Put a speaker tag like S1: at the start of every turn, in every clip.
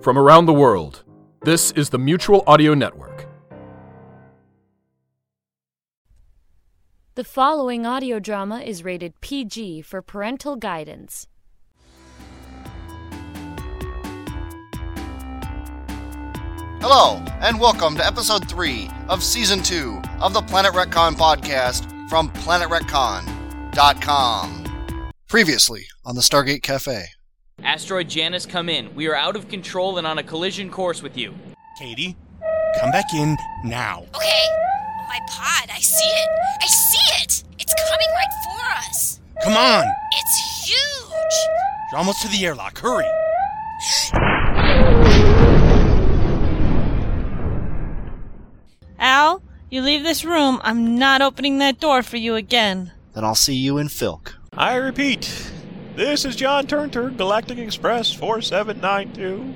S1: From around the world, this is the Mutual Audio Network.
S2: The following audio drama is rated PG for parental guidance.
S3: Hello, and welcome to episode 3 of season 2 of the Planet Retcon podcast from planetretcon.com. Previously on the Stargate Cafe.
S4: Asteroid Janus, come in. We are out of control and on a collision course with you.
S5: Katie, come back in now.
S6: Okay. Oh, my pod. I see it. I see it. It's coming right for us.
S5: Come on!
S6: It's huge.
S5: You're almost to the airlock. Hurry!
S7: Al, you leave this room. I'm not opening that door for you again.
S3: Then I'll see you in Filk.
S8: I repeat, this is John Turnter, Galactic Express 4792.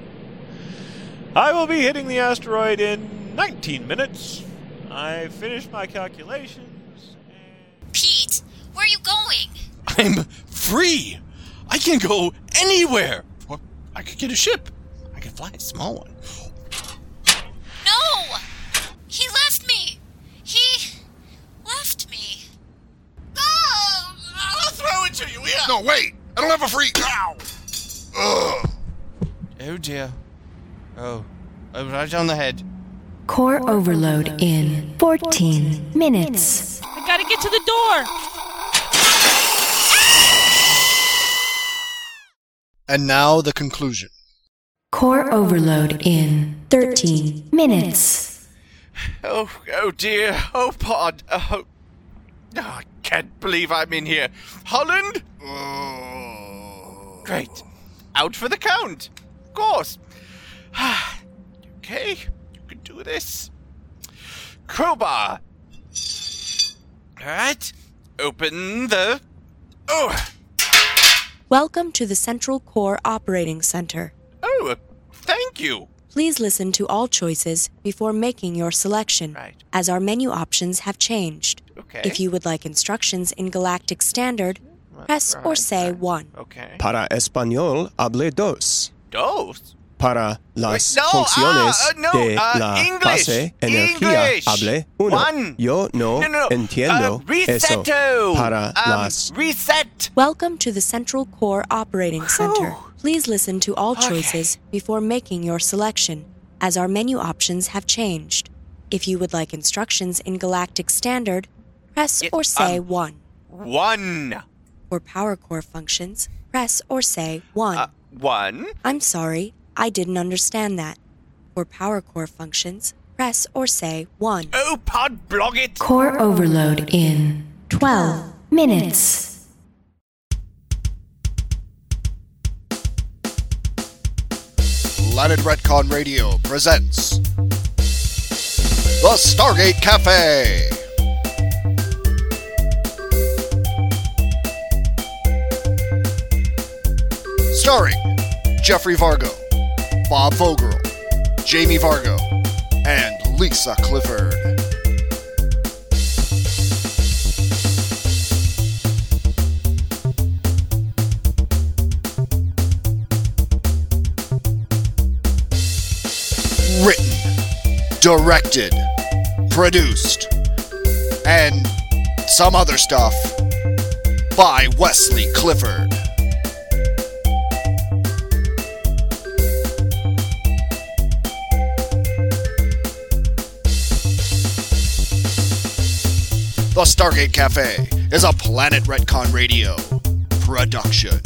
S8: I will be hitting the asteroid in 19 minutes. I finished my calculations. And...
S6: Pete, where are you going?
S5: I'm free! I can go anywhere! Or I could get a ship. I could fly a small one.
S6: No! He left me. He left me. No! I'll throw it to you.
S9: No, wait! I don't have a free. Ow! Ugh.
S5: Oh dear. Oh. I was right on the head.
S10: Core, overload, in 14, minutes.
S7: I gotta get to the door.
S3: And now the conclusion.
S10: Core overload in 13 minutes.
S9: Oh, oh dear. Oh, pod. Oh, oh, I can't believe I'm in here. Holland? Great. Out for the count. Of course. Ah, okay, you can do this. Crowbar. Alright. Open the. Oh!
S11: Welcome to the Central Core Operating Center.
S9: Oh, thank you.
S11: Please listen to all choices before making your selection,
S9: Right.
S11: as our menu options have changed.
S9: Okay.
S11: If you would like instructions in Galactic Standard, press or
S9: right,
S11: say 1.
S9: Okay.
S12: Para español, hable dos.
S9: Dos.
S12: Para las
S9: Wait, no,
S12: funciones
S9: ah, ah, no,
S12: de
S9: ah,
S12: la
S9: English,
S12: base energía,
S9: English.
S12: hable uno.
S9: One.
S12: Yo no,
S9: No, no, no.
S12: entiendo
S9: Uh, reset
S12: eso. Para
S9: um,
S12: las
S9: Reset.
S11: Welcome to the Central Core Operating Center.
S9: Whew.
S11: Please listen to all
S9: Okay.
S11: choices before making your selection, as our menu options have changed. If you would like instructions in Galactic Standard, press
S9: It-
S11: or say
S9: um,
S11: 1.
S9: One.
S11: For power core functions, press or say 1.
S9: Uh, one.
S11: I'm sorry, I didn't understand that. For power core functions, press or say 1.
S9: Oh, pod blog it.
S10: Core overload in 12 minutes.
S3: Planet Retcon Radio presents The Stargate Cafe. Starring Jeffrey Vargo, Bob Vogel, Jamie Vargo, and Lisa Clifford. written, directed, produced, and some other stuff by Wesley Clifford. The Stargate Cafe is a Planet Retcon Radio production.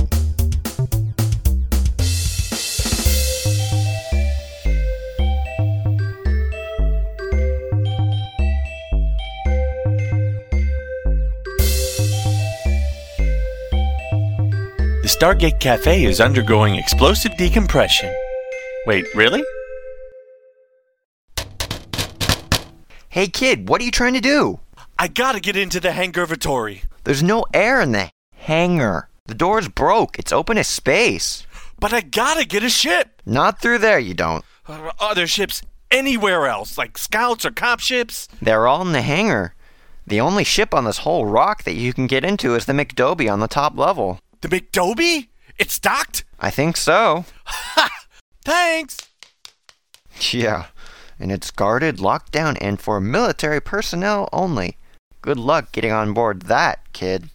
S8: The Stargate Cafe is undergoing explosive decompression. Wait, really?
S13: Hey kid, what are you trying to do?
S8: I gotta get into the hangar Vittori.
S13: There's no air in the hangar. The door's broke. It's open as space.
S8: But I gotta get a ship.
S13: Not through there, you don't.
S8: Uh, Other ships anywhere else, like scouts or cop ships.
S13: They're all in the hangar. The only ship on this whole rock that you can get into is the McDobie on the top level.
S8: The McDobie? It's docked?
S13: I think so.
S8: Thanks.
S13: Yeah, and it's guarded, locked down, and for military personnel only. Good luck getting on board that, kid.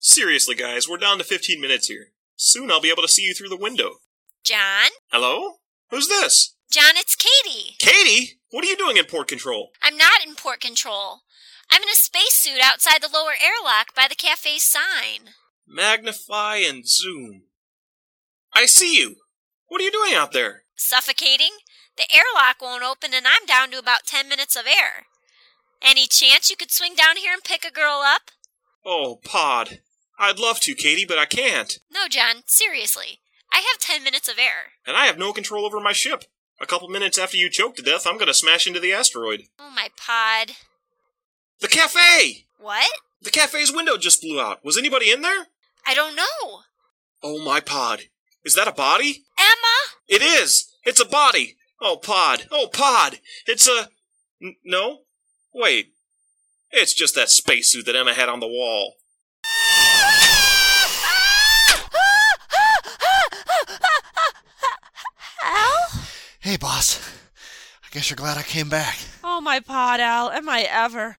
S14: Seriously, guys, we're down to 15 minutes here. Soon I'll be able to see you through the window.
S6: John?
S14: Hello? Who's this?
S6: John, it's Katie.
S14: Katie? What are you doing in port control?
S6: I'm not in port control. I'm in a spacesuit outside the lower airlock by the cafe sign.
S14: Magnify and zoom. I see you. What are you doing out there?
S6: Suffocating? The airlock won't open and I'm down to about 10 minutes of air. Any chance you could swing down here and pick a girl up?
S14: Oh, Pod. I'd love to, Katie, but I can't.
S6: No, John, seriously. I have 10 minutes of air.
S14: And I have no control over my ship. A couple minutes after you choke to death, I'm gonna smash into the asteroid.
S6: Oh, my pod.
S14: The cafe!
S6: What?
S14: The cafe's window just blew out. Was anybody in there?
S6: I don't know.
S14: Oh, my pod. Is that a body?
S6: Emma?
S14: It is! It's a body! Oh, pod! Oh, pod! It's a. N- no? Wait. It's just that spacesuit that Emma had on the wall.
S7: Al?
S3: Hey, boss. I guess you're glad I came back.
S7: Oh, my pod, Al. Am I ever?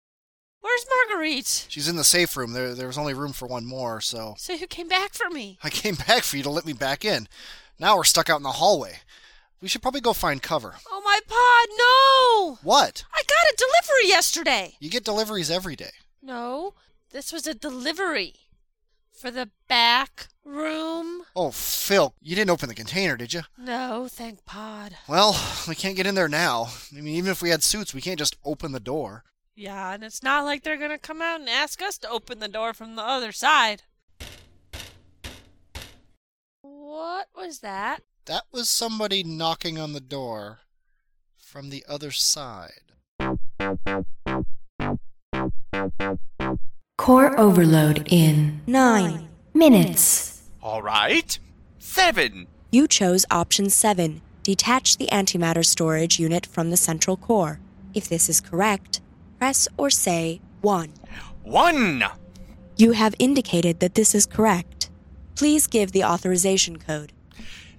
S7: Where's Marguerite?
S3: She's in the safe room. There, there was only room for one more, so
S7: So who came back for me?
S3: I came back for you to let me back in. Now we're stuck out in the hallway. We should probably go find cover.
S7: Oh, my pod, no!
S3: What?
S7: I got a delivery yesterday.
S3: You get deliveries every day.
S7: No, this was a delivery for the back room.
S3: Oh, Phil, you didn't open the container, did you?
S7: No, thank pod.
S3: Well, we can't get in there now. I mean, even if we had suits, we can't just open the door.
S7: Yeah, and it's not like they're gonna come out and ask us to open the door from the other side. What was that?
S3: That was somebody knocking on the door from the other side.
S10: Core overload in 9 minutes.
S9: All right. Seven.
S11: You chose option 7 detach the antimatter storage unit from the central core. If this is correct, press or say 1.
S9: One.
S11: You have indicated that this is correct. Please give the authorization code.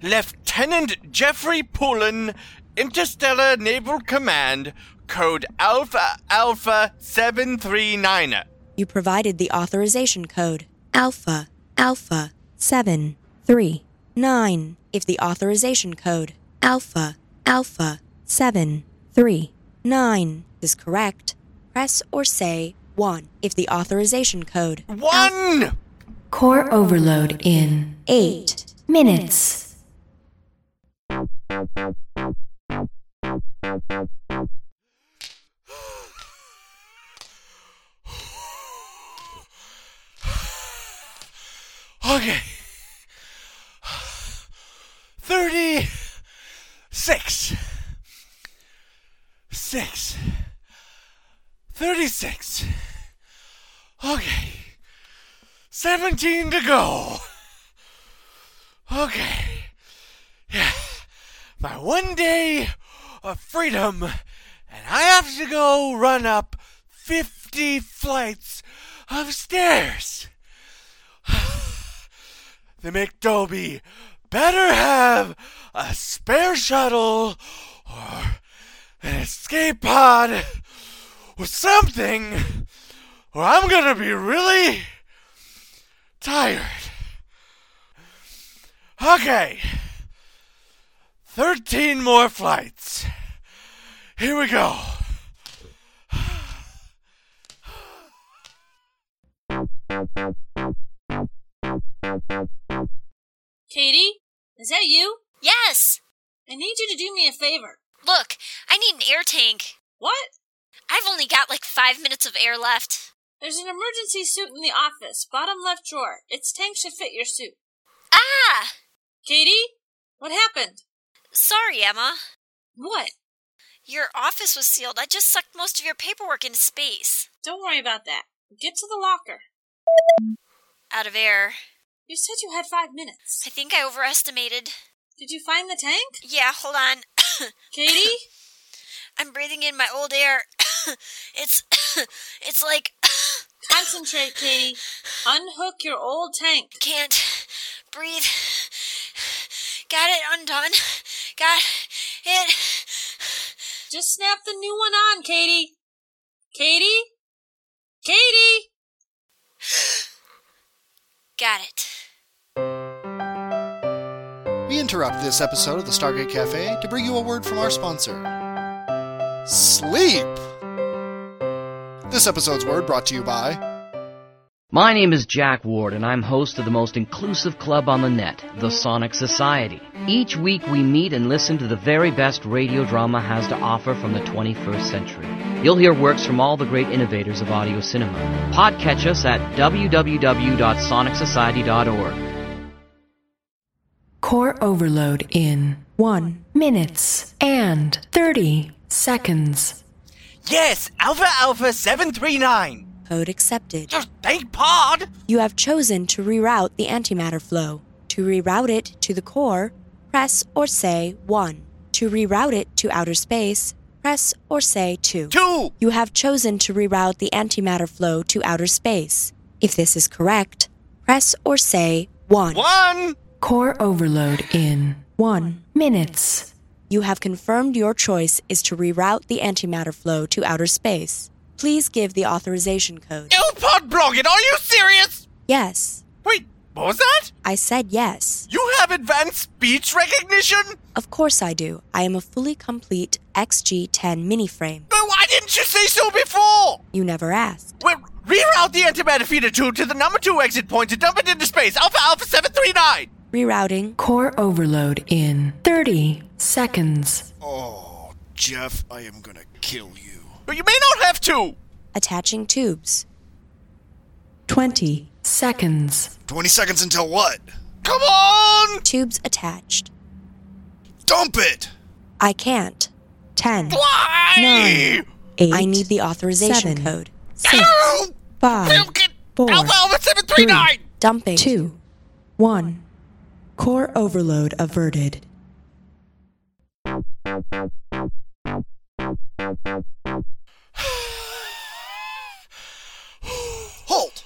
S9: Lieutenant Jeffrey Poulin, Interstellar Naval Command, code Alpha Alpha 739.
S11: You provided the authorization code Alpha Alpha 7 3 9 if the authorization code Alpha Alpha 7 3 9 is correct. Press or say 1 if the authorization code
S9: 1
S10: Core overload in 8 minutes.
S9: Okay. 36. Six. 36. Okay. 17 to go. Okay. Yeah. My one day of freedom, and I have to go run up 50 flights of stairs. The McDobie better have a spare shuttle or an escape pod or something, or I'm gonna be really tired. Okay, 13 more flights. Here we go.
S15: Katie, is that you?
S6: Yes.
S15: I need you to do me a favor.
S6: Look, I need an air tank.
S15: What?
S6: I've only got like five minutes of air left.
S15: There's an emergency suit in the office, bottom left drawer. Its tank should fit your suit.
S6: Ah!
S15: Katie, what happened?
S6: Sorry, Emma.
S15: What?
S6: Your office was sealed. I just sucked most of your paperwork into space.
S15: Don't worry about that. Get to the locker.
S6: Out of air.
S15: You said you had five minutes.
S6: I think I overestimated.
S15: Did you find the tank?
S6: Yeah, hold on.
S15: Katie?
S6: I'm breathing in my old air. it's it's like
S15: Concentrate, Katie. Unhook your old tank.
S6: Can't breathe. Got it undone. Got it.
S15: Just snap the new one on, Katie. Katie? Katie?
S6: Got it.
S3: We interrupt this episode of the Stargate Cafe to bring you a word from our sponsor Sleep! This episode's word brought to you by
S16: My name is Jack Ward, and I'm host of the most inclusive club on the net, the Sonic Society. Each week, we meet and listen to the very best radio drama has to offer from the 21st century. You'll hear works from all the great innovators of audio cinema. Podcatch us at www.sonicsociety.org.
S10: Core overload in 1 minutes and 30 seconds.
S9: Yes, Alpha Alpha 739.
S11: Code accepted.
S9: Thank Pod.
S11: You have chosen to reroute the antimatter flow. To reroute it to the core, press or say 1. To reroute it to outer space, press or say 2.
S9: 2!
S11: You have chosen to reroute the antimatter flow to outer space. If this is correct, press or say 1.
S9: 1!
S10: Core overload in
S11: 1.
S10: minutes.
S11: You have confirmed your choice is to reroute the antimatter flow to outer space. Please give the authorization code.
S9: Oh, Pod Brogan, are you serious?
S11: Yes.
S9: Wait, what was that?
S11: I said yes.
S9: You have advanced speech recognition?
S11: Of course I do. I am a fully complete XG10 miniframe.
S9: But why didn't you say so before?
S11: You never asked.
S9: Well, reroute the antimatter feeder tube to the number two exit point to dump it into space. Alpha Alpha 739.
S11: Rerouting.
S10: Core overload in 30 seconds.
S3: Oh, Jeff, I am gonna kill you.
S9: But you may not have to.
S11: Attaching tubes.
S10: 20 seconds.
S3: 20 seconds until what?
S9: Come on!
S11: Tubes attached.
S3: Dump it!
S11: I can't. 10.
S9: Why?
S11: 9. 8. I need the authorization
S10: seven,
S11: code.
S10: six,
S11: 5. 4.
S9: Alpha Alpha 739.
S11: three, Dumping.
S10: 2 1. Core overload averted.
S3: Halt!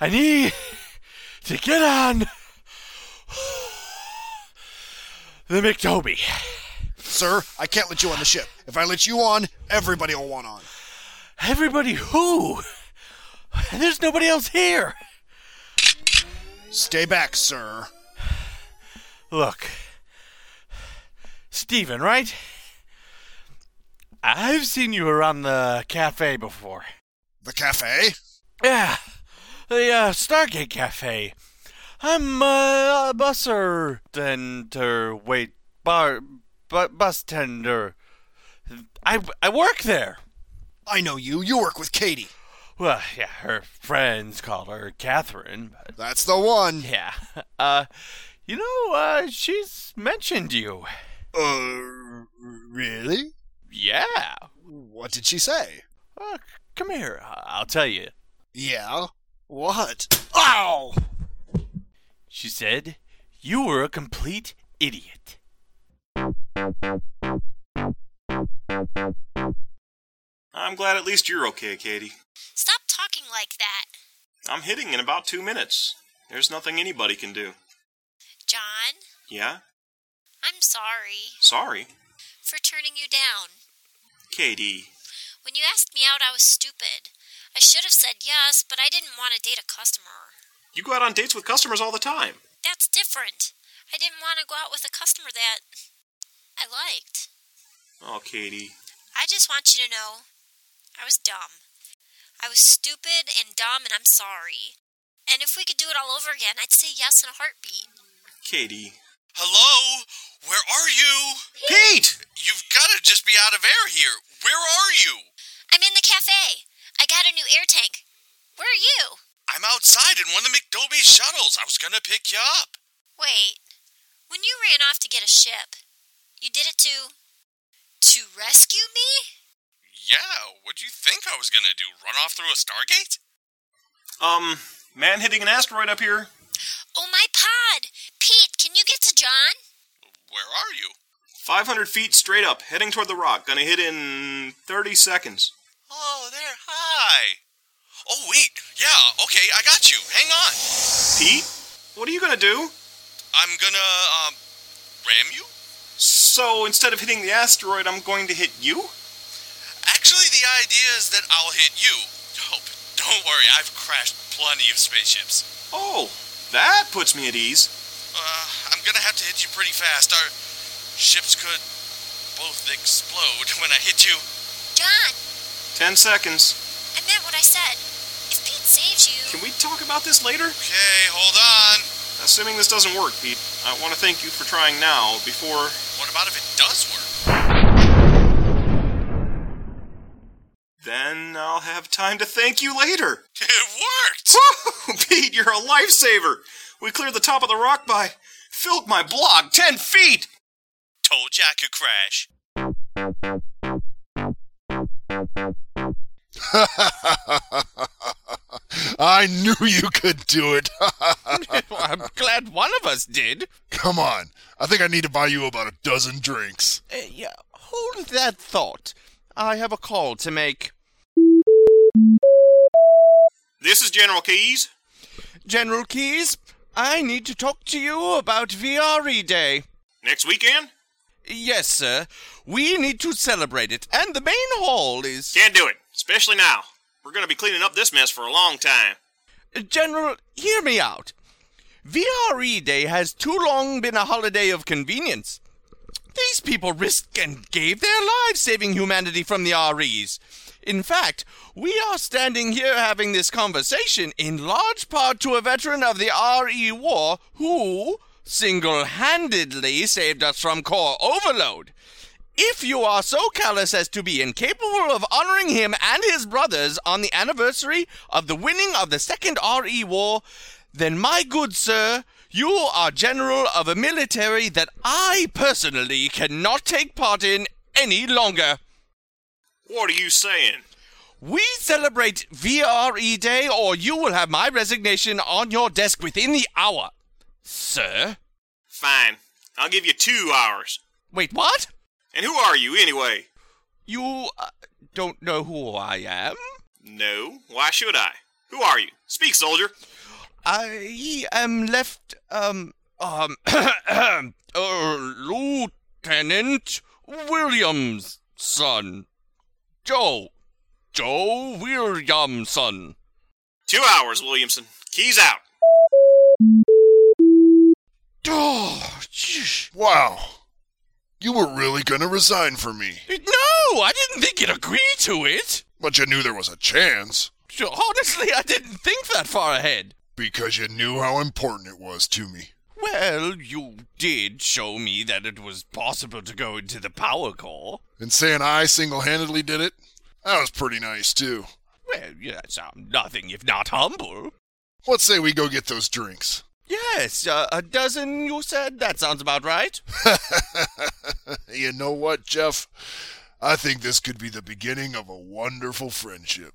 S9: I need to get on the McToby.
S3: Sir, I can't let you on the ship. If I let you on, everybody will want on.
S9: Everybody who? There's nobody else here.
S3: Stay back, sir.
S9: Look, Steven, right? I've seen you around the cafe before.
S3: The cafe?
S9: Yeah, the uh, Stargate Cafe. I'm uh, a busser tender, wait, bar, bu- bus tender. I, I work there.
S3: I know you. You work with Katie.
S9: Well, yeah, her friends call her Catherine, but
S3: That's the one.
S9: yeah. Uh, you know, uh, she's mentioned you.
S3: Uh, really?
S9: Yeah.
S3: What did she say?
S9: Uh, come here, I- I'll tell you.
S3: Yeah. What?
S9: Ow! She said, You were a complete idiot.
S14: I'm glad at least you're okay, Katie.
S6: Stop talking like that.
S14: I'm hitting in about two minutes. There's nothing anybody can do.
S6: John,
S14: Yeah?
S6: I'm sorry
S14: Sorry.
S6: for turning you down.
S14: Katie.
S6: When you asked me out, I was stupid. I should have said yes, but I didn't want to date a customer.
S14: You go out on dates with customers all the time.
S6: That's different. I didn't want to go out with a customer that I liked.
S14: Oh, Katie.
S6: I just want you to know I was dumb. I was stupid and dumb, and I'm sorry. And if we could do it all over again, I'd say yes in a heartbeat.
S14: Katie.
S9: Hello? Where are you?
S14: Pete!
S9: You've gotta just be out of air here. Where are you?
S6: I'm in the cafe. I got a new air tank. Where are you?
S9: I'm outside in one of the McDobie shuttles. I was gonna pick you up.
S6: Wait. When you ran off to get a ship, you did it to. to rescue me?
S9: Yeah, what'd you think I was gonna do? Run off through a Stargate?
S14: Um, man hitting an asteroid up here?
S6: Oh, my pod! Pete, can you get to John?
S9: Where are you?
S14: 500 feet straight up, heading toward the rock. Gonna hit in 30 seconds.
S9: Oh, there, hi.
S17: Oh, wait. Yeah, okay, I got you. Hang on.
S14: Pete? What are you gonna do?
S17: I'm gonna, um, ram you?
S14: So instead of hitting the asteroid, I'm going to hit you?
S17: Actually, the idea is that I'll hit you. Oh, but don't worry, I've crashed plenty of spaceships.
S14: Oh, that puts me at ease.
S17: Uh, I'm gonna have to hit you pretty fast. Our ships could both explode when I hit you.
S6: John,
S14: Ten seconds.
S6: I meant what I said. If Pete saves you,
S14: Can we talk about this later?
S17: Okay, hold on.
S14: Assuming this doesn't work, Pete, I want to thank you for trying now before.
S17: What about if it does work?
S14: Then I'll have time to thank you later.
S17: It worked!
S14: Woo! Pete, you're a lifesaver! We cleared the top of the rock by. filled my blog 10 feet!
S17: Told you I could crash.
S18: I knew you could do it.
S9: I'm glad one of us did.
S18: Come on. I think I need to buy you about a dozen drinks.
S9: Uh, yeah, hold that thought. I have a call to make.
S14: This is General Keys.
S9: General Keys, I need to talk to you about VRE Day.
S14: Next weekend?
S9: Yes, sir. We need to celebrate it, and the main hall is.
S14: Can't do it, especially now. We're gonna be cleaning up this mess for a long time.
S9: General, hear me out. VRE Day has too long been a holiday of convenience. These people risked and gave their lives saving humanity from the REs. In fact, we are standing here having this conversation in large part to a veteran of the RE war who single handedly saved us from core overload. If you are so callous as to be incapable of honoring him and his brothers on the anniversary of the winning of the Second RE War, then, my good sir, you are general of a military that I personally cannot take part in any longer.
S14: What are you saying?
S9: We celebrate VRE Day, or you will have my resignation on your desk within the hour. Sir?
S14: Fine. I'll give you two hours.
S9: Wait, what?
S14: And who are you, anyway?
S9: You uh, don't know who I am?
S14: No. Why should I? Who are you? Speak, soldier.
S9: I am left, um, um, uh, Lieutenant Williams' son. Joe. Joe Williamson.
S14: Two hours, Williamson. Keys out.
S9: Oh,
S18: wow. You were really going to resign for me.
S9: No, I didn't think you'd agree to it.
S18: But you knew there was a chance.
S9: Honestly, I didn't think that far ahead.
S18: Because you knew how important it was to me.
S9: Well, you did show me that it was possible to go into the power core.
S18: And saying I single handedly did it? That was pretty nice, too.
S9: Well, yes, I'm nothing if not humble.
S18: Let's say we go get those drinks.
S9: Yes, uh, a dozen, you said? That sounds about right.
S18: you know what, Jeff? I think this could be the beginning of a wonderful friendship.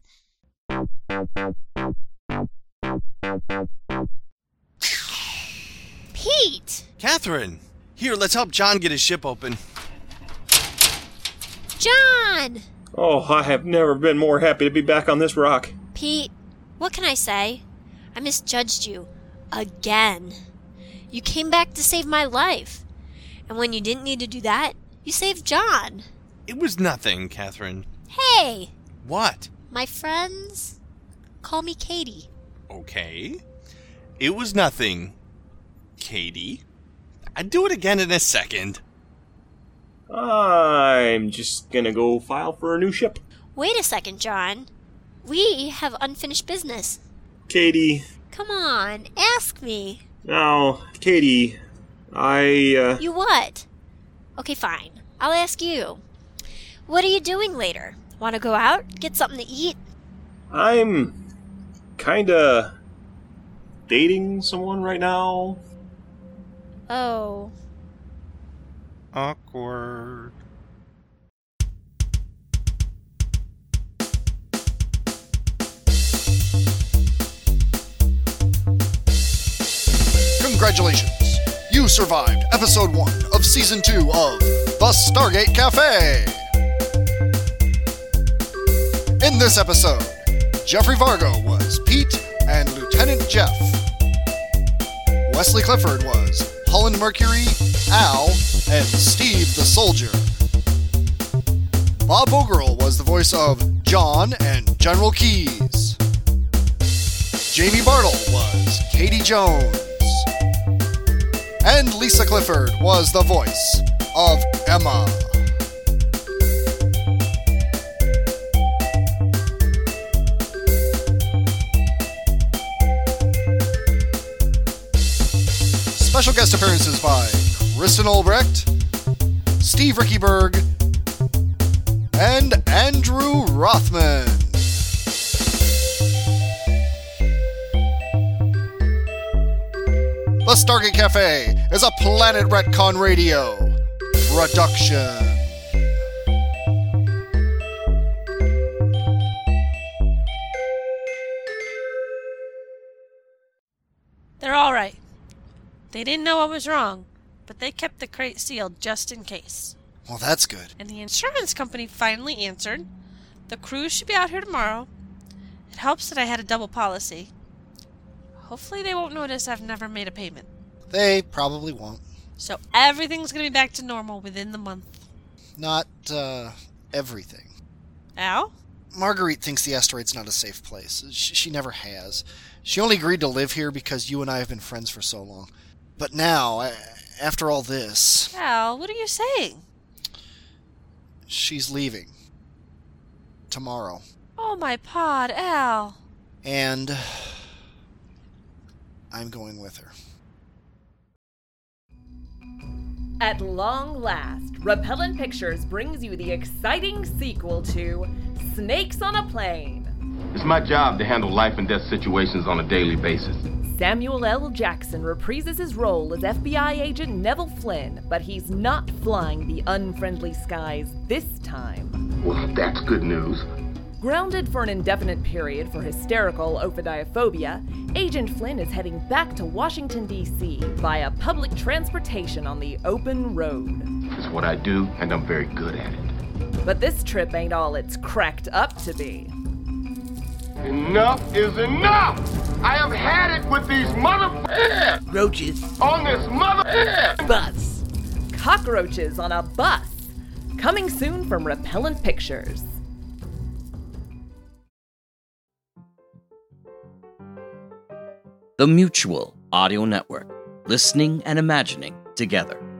S19: Pete!
S9: Catherine, here, let's help John get his ship open.
S6: John!
S14: Oh, I have never been more happy to be back on this rock.
S6: Pete, what can I say? I misjudged you. Again. You came back to save my life. And when you didn't need to do that, you saved John.
S9: It was nothing, Catherine.
S6: Hey!
S9: What?
S6: My friends, call me Katie.
S9: Okay. It was nothing, Katie. I'd do it again in a second.
S14: I'm just gonna go file for a new ship.
S6: Wait a second, John. We have unfinished business.
S14: Katie.
S6: Come on, ask me.
S14: Now, Katie, I, uh.
S6: You what? Okay, fine. I'll ask you. What are you doing later? Want to go out? Get something to eat?
S14: I'm kinda dating someone right now.
S6: Oh.
S9: Awkward.
S3: Congratulations! You survived episode 1 of season 2 of The Stargate Cafe! In this episode, Jeffrey Vargo was Pete and Lieutenant Jeff. Wesley Clifford was Holland Mercury, Al, and Steve the Soldier. Bob Ogerl was the voice of John and General Keys. Jamie Bartle was Katie Jones. And Lisa Clifford was the voice of Emma. Special guest appearances by Kristen Olbrecht, Steve Rickyberg, and Andrew Rothman. The Stargate Cafe is a Planet Retcon Radio production.
S7: They're all right. They didn't know I was wrong, but they kept the crate sealed just in case.
S3: Well, that's good.
S7: And the insurance company finally answered. The crew should be out here tomorrow. It helps that I had a double policy. Hopefully, they won't notice I've never made a payment.
S3: They probably won't.
S7: So everything's going to be back to normal within the month.
S3: Not, uh, everything.
S7: Al?
S3: Marguerite thinks the asteroid's not a safe place. She, she never has. She only agreed to live here because you and I have been friends for so long. But now, a- after all this,
S7: Al, what are you saying?
S3: she's leaving. Tomorrow.
S7: Oh, my pod, Al.
S3: And I'm going with her.
S20: At long last, Repellent Pictures brings you the exciting sequel to Snakes on a Plane.
S21: It's my job to handle life and death situations on a daily basis.
S20: Samuel L. Jackson reprises his role as FBI agent Neville Flynn, but he's not flying the unfriendly skies this time.
S21: Well, that's good news.
S20: Grounded for an indefinite period for hysterical ophidiophobia, Agent Flynn is heading back to Washington, D.C. via public transportation on the open road.
S21: It's what I do, and I'm very good at it.
S20: But this trip ain't all it's cracked up to be.
S21: Enough is enough! I have had it with these mother
S20: roaches
S21: on this mother
S20: bus. Cockroaches on a bus. Coming soon from Repellent Pictures.
S16: The Mutual Audio Network. Listening and imagining together.